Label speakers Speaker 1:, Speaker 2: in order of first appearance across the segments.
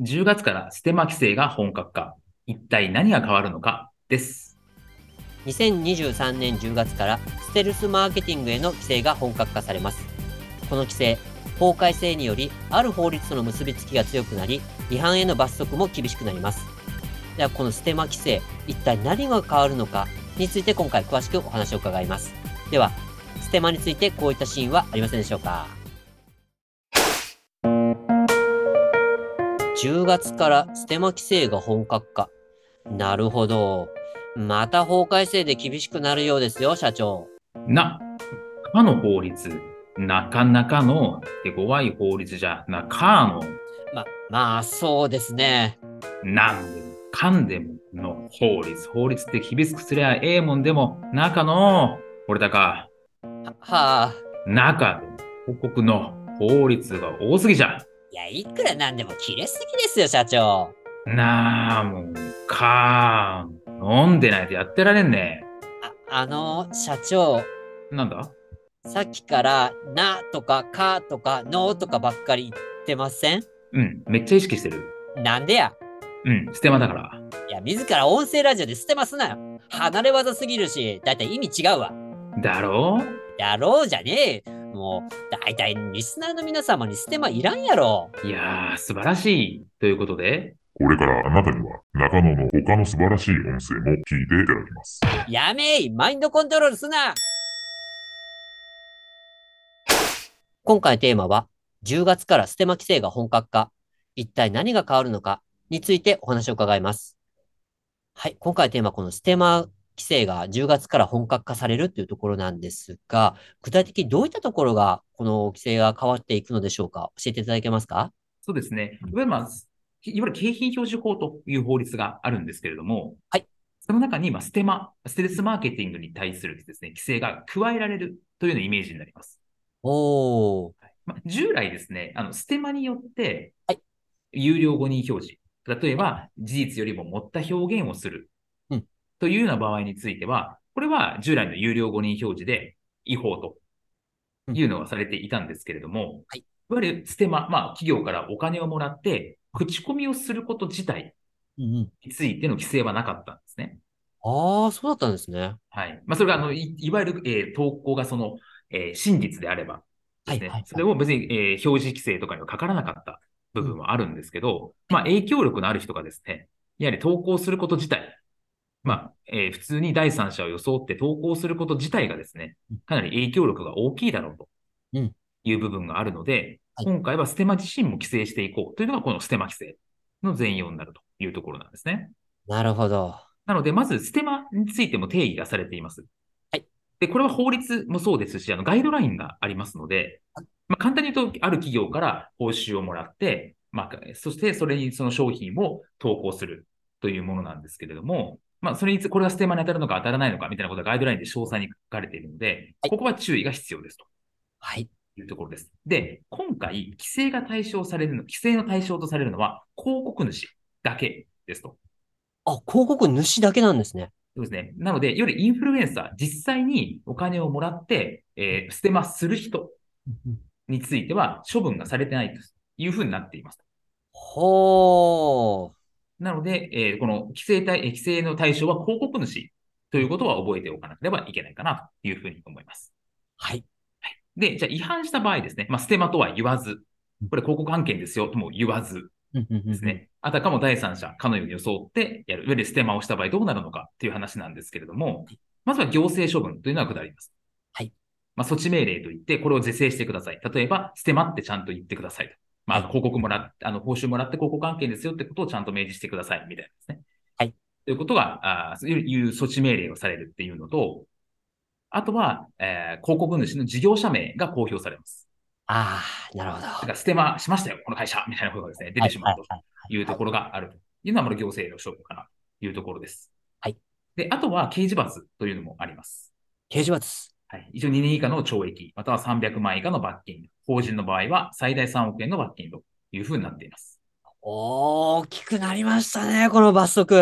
Speaker 1: 10月からステマ規制が本格化一体何が変わるのかです
Speaker 2: 2023年10月からステルスマーケティングへの規制が本格化されますこの規制法改正によりある法律との結びつきが強くなり違反への罰則も厳しくなりますではこのステマ規制一体何が変わるのかについて今回詳しくお話を伺いますではステマについてこういったシーンはありませんでしょうか10月からステマ規制が本格化なるほどまた法改正で厳しくなるようですよ社長
Speaker 1: なかの法律なかなかの手強い法律じゃなかの
Speaker 2: ままあそうですね
Speaker 1: なんでもかんでもの法律。法律って厳しくすりゃええもんでも、中の、俺だか、
Speaker 2: ははあ
Speaker 1: 中でも、報告の法律が多すぎじゃ。
Speaker 2: いや、いくらなんでも切れすぎですよ、社長。
Speaker 1: なあ、もう、かーん、飲んでないとやってられんね。
Speaker 2: あ、あのー、社長、
Speaker 1: なんだ
Speaker 2: さっきから、なとか、かとか、のとかばっかり言ってません
Speaker 1: うん、めっちゃ意識してる。
Speaker 2: なんでや
Speaker 1: うん、ステマだから。
Speaker 2: いや、自ら音声ラジオで捨てますなよ。離れ技すぎるし、だいたい意味違うわ。
Speaker 1: だろ
Speaker 2: だろうじゃねえ。もう、だいたいリスナーの皆様にステマいらんやろ。
Speaker 1: ういやー、素晴らしい。ということで、
Speaker 3: これからあなたには中野の他の素晴らしい音声も聞いていただきます。
Speaker 2: やめいマインドコントロールすな今回のテーマは、10月からステマ規制が本格化。一体何が変わるのかについてお話を伺います。はい、今回のテーマはこのステマ規制が10月から本格化されるというところなんですが、具体的にどういったところがこの規制が変わっていくのでしょうか教えていただけますか
Speaker 1: そうですね。いわゆる、まあ、いわゆる景品表示法という法律があるんですけれども、
Speaker 2: はい。
Speaker 1: その中に、まあ、ステマ、ステルスマーケティングに対するですね、規制が加えられるというようなイメージになります。
Speaker 2: おー、
Speaker 1: まあ、従来ですね、あの、ステマによって、
Speaker 2: はい。
Speaker 1: 有料誤認表示。例えば、事実よりも持った表現をする。
Speaker 2: うん。
Speaker 1: というような場合については、これは従来の有料誤認表示で違法と
Speaker 2: うん
Speaker 1: いうのがされていたんですけれども、
Speaker 2: はい。
Speaker 1: いわゆるステマ、まあ、企業からお金をもらって、口コミをすること自体
Speaker 2: うんうん、
Speaker 1: についての規制はなかったんですね。
Speaker 2: あー、そうだったんですね。
Speaker 1: はい。まあ、それが、あの、いいわゆる、えー投稿がその、えー真実であれば、
Speaker 2: はい
Speaker 1: ね
Speaker 2: はいはい
Speaker 1: それを別に、えー表示規制とかにはかからなかった部分はあるんですけど、まあ、影響力のある人がですね、やはり投稿すること自体、まあ、えー普通に第三者を装って投稿すること自体がですね
Speaker 2: うん、
Speaker 1: かなり影響力が大きいだろうと
Speaker 2: うん
Speaker 1: いう部分があるので、
Speaker 2: はい
Speaker 1: 今回はステマ自身も規制していこうというのが、このステマ規制の全容になるというところなんですね。
Speaker 2: なるほど。
Speaker 1: なので、まず、ステマについても定義がされています。
Speaker 2: はい。
Speaker 1: で、これは法律もそうですし、あの、ガイドラインがありますので、まあ、簡単に言うと、ある企業から報酬をもらって、まあ、そして、それにその商品を投稿するというものなんですけれども、まあ、それにつ、これがステマに当たるのか当たらないのかみたいなことがガイドラインで詳細に書かれているので、
Speaker 2: はい
Speaker 1: ここは注意が必要ですと
Speaker 2: はい。
Speaker 1: いうところです。で、今回、規制が対象されるの、規制の対象とされるのは、広告主だけですと。
Speaker 2: あ、広告主だけなんですね。
Speaker 1: そうですね。なので、よりインフルエンサー、実際にお金をもらって、えー、ステマする人については処分がされてないというふうになっています。
Speaker 2: ほ
Speaker 1: なので、えーこの規制対、えー規制の対象は広告主ということは覚えておかなければいけないかなというふうに思います。
Speaker 2: う。はい。
Speaker 1: で、じゃあ違反した場合ですね、まあ、ステマとは言わず、これ広告案件ですよとも言わず
Speaker 2: で
Speaker 1: です。ね、あたかも第三者、かのように装ってやる、いわゆるステマをした場合どうなるのかという話なんですけれども、まずは行政処分というのは下ります。
Speaker 2: はい。
Speaker 1: まあ、措置命令といって、これを是正してください。例えば、ステマってちゃんと言ってくださいと。まああの、広告もらっあの、報酬もらって広告案件ですよってことをちゃんと明示してください、みたいなですね。
Speaker 2: はい。
Speaker 1: ということが、あーいういう措置命令をされるっていうのと、あとは、えー広告主の事業者名が公表されます。
Speaker 2: ああ、なるほど。
Speaker 1: なんかステマしましたよ、この会社みたいなことがですね、出てしまうというところがあるというのは、これ行政の証拠かなというところです。
Speaker 2: はい。
Speaker 1: で、あとは刑事罰というのもあります。
Speaker 2: 刑事罰。
Speaker 1: はい。一応2年以下の懲役、または300万円以下の罰金。法人の場合は最大3億円の罰金というふうになっています。
Speaker 2: 大きくなりましたね、この罰則。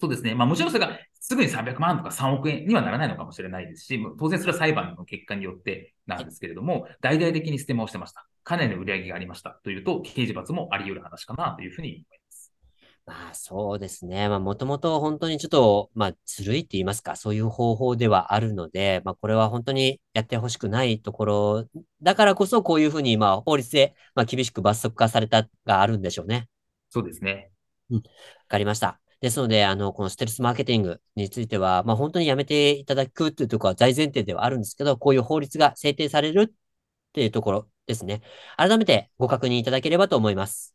Speaker 1: そうですね。まあもちろんそれがすぐに300万とか3億円にはならないのかもしれないですし、もう当然それは裁判の結果によってなんですけれども、大々的にステマをしてました。かなりの売り上げがありましたというと、刑事罰もあり得る話かなというふうに思います。
Speaker 2: まあそうですね。まあもともと本当にちょっと、まあずるいって言いますか、そういう方法ではあるので、まあこれは本当にやってほしくないところ、だからこそこういうふうに、まあ法律で、まあ厳しく罰則化されたがあるんでしょうね。
Speaker 1: そうですね。
Speaker 2: わかりました。ですので、あの、このステルスマーケティングについては、まあ本当にやめていただくというところは大前提ではあるんですけど、こういう法律が制定されるっていうところですね。改めてご確認いただければと思います。